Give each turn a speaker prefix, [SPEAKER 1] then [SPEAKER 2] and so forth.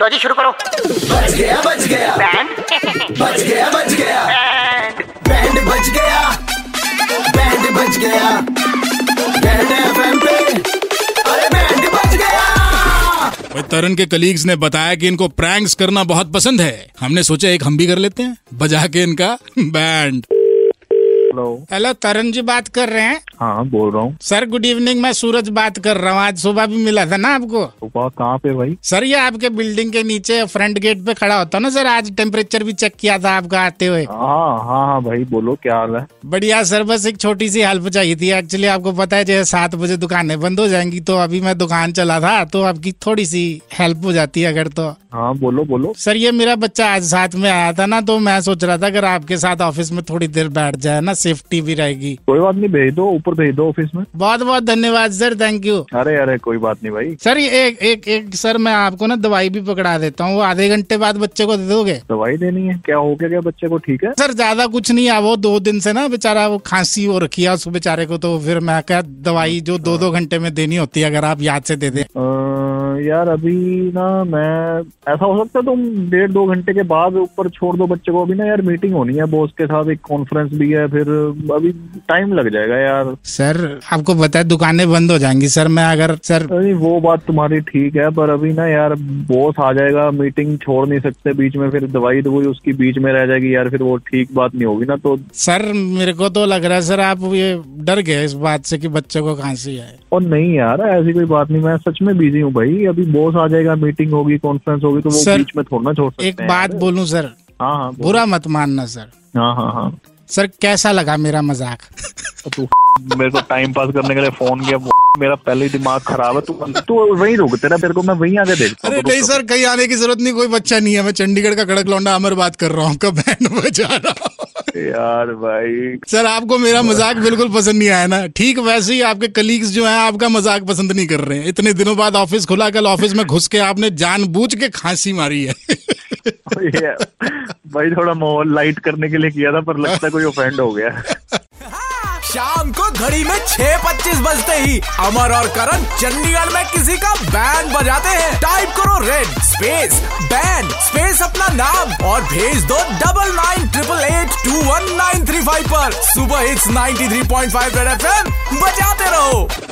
[SPEAKER 1] लो जी शुरू करो
[SPEAKER 2] बच गया बच गया
[SPEAKER 1] बैंड
[SPEAKER 2] बच गया बच गया बैंड बच गया बैंड बच गया बैंड एफएम पे अरे बैंड बच गया
[SPEAKER 3] भाई तरन के कलीग्स ने बताया कि इनको प्रैंक्स करना बहुत पसंद है हमने सोचा एक हम भी कर लेते हैं बजा के इनका band
[SPEAKER 4] hello
[SPEAKER 3] hello Taran ji बात कर रहे हैं
[SPEAKER 4] हाँ बोल रहा हूँ
[SPEAKER 3] सर गुड इवनिंग मैं सूरज बात कर रहा हूँ आज सुबह भी मिला था ना आपको
[SPEAKER 4] सुबह कहाँ पे भाई
[SPEAKER 3] सर ये आपके बिल्डिंग के नीचे फ्रंट गेट पे खड़ा होता ना सर आज टेम्परेचर भी चेक किया था आपका आते हुए
[SPEAKER 4] हाँ हाँ हाँ भाई बोलो क्या हाल है
[SPEAKER 3] बढ़िया सर बस एक छोटी सी हेल्प चाहिए थी एक्चुअली आपको पता है जैसे सात बजे दुकानें बंद हो जाएंगी तो अभी मैं दुकान चला था तो आपकी थोड़ी सी हेल्प हो जाती अगर तो
[SPEAKER 4] हाँ बोलो बोलो
[SPEAKER 3] सर ये मेरा बच्चा आज साथ में आया था ना तो मैं सोच रहा था अगर आपके साथ ऑफिस में थोड़ी देर बैठ जाए ना सेफ्टी भी रहेगी
[SPEAKER 4] कोई बात नहीं भेज दो ऊपर भेज दो ऑफिस में
[SPEAKER 3] बहुत बहुत धन्यवाद सर थैंक यू
[SPEAKER 4] अरे अरे कोई बात नहीं भाई
[SPEAKER 3] सर ये एक एक एक सर मैं आपको ना दवाई भी पकड़ा देता हूँ वो आधे घंटे बाद बच्चे को दे दोगे
[SPEAKER 4] दवाई देनी है क्या हो गया क्या बच्चे को ठीक है
[SPEAKER 3] सर ज्यादा कुछ नहीं है वो दो दिन से ना बेचारा वो खांसी हो रखी है उस बेचारे को तो फिर मैं क्या दवाई जो दो दो घंटे में देनी होती है अगर आप याद से दे दे
[SPEAKER 4] अ, यार अभी ना मैं ऐसा हो सकता है तुम डेढ़ दो घंटे के बाद ऊपर छोड़ दो बच्चे को अभी ना यार मीटिंग होनी है बॉस के साथ एक कॉन्फ्रेंस भी है फिर अभी टाइम लग जाएगा यार
[SPEAKER 3] सर आपको पता है दुकानें बंद हो जाएंगी सर मैं अगर सर
[SPEAKER 4] नहीं वो बात तुम्हारी ठीक है पर अभी ना यार बॉस आ जाएगा मीटिंग छोड़ नहीं सकते बीच में फिर दवाई दवाई उसकी बीच में रह जाएगी यार फिर वो ठीक बात नहीं होगी ना तो
[SPEAKER 3] सर मेरे को तो लग रहा है सर आप ये डर गए इस बात से कि बच्चे को खांसी है
[SPEAKER 4] और नहीं यार ऐसी कोई बात नहीं मैं सच में बिजी हूँ भाई अभी बॉस आ जाएगा मीटिंग होगी कॉन्फ्रेंस होगी तो वो
[SPEAKER 3] सर,
[SPEAKER 4] बीच में थोड़ा ना छोड़ सकते
[SPEAKER 3] एक
[SPEAKER 4] हैं
[SPEAKER 3] बात
[SPEAKER 4] यार।
[SPEAKER 3] बोलूं सर
[SPEAKER 4] हाँ हाँ बोल।
[SPEAKER 3] बुरा मत मानना सर
[SPEAKER 4] हाँ हाँ हाँ
[SPEAKER 3] सर कैसा लगा मेरा मजाक
[SPEAKER 4] तो तू मेरे को टाइम पास करने के लिए फोन किया मेरा पहले ही दिमाग खराब है तू तू वहीं रुक तेरा तेरे को मैं वहीं आके देखता हूँ
[SPEAKER 3] अरे
[SPEAKER 4] तो
[SPEAKER 3] नहीं
[SPEAKER 4] रुक।
[SPEAKER 3] सर कहीं आने की जरूरत नहीं कोई बच्चा नहीं है मैं चंडीगढ़ का कड़क लौंडा अमर बात कर रहा हूँ आपका बैंड बजा रहा हूँ
[SPEAKER 4] यार भाई
[SPEAKER 3] सर आपको मेरा मजाक बिल्कुल पसंद नहीं आया ना ठीक वैसे ही आपके कलीग्स जो हैं आपका मजाक पसंद नहीं कर रहे हैं इतने दिनों बाद ऑफिस खुला कल ऑफिस में घुस के आपने जानबूझ के खांसी मारी है
[SPEAKER 4] ये- भाई थोड़ा माहौल लाइट करने के लिए किया था पर लगता है कोई ऑफेंड हो गया है।
[SPEAKER 5] शाम को घड़ी में छह पच्चीस बजते ही अमर और करण चंडीगढ़ में किसी का बैंड बजाते हैं टाइप करो रेड स्पेस बैंड स्पेस अपना नाम और भेज दो double nine triple eight two one nine three five पर सुबह it's ninety three point five red F बजाते रहो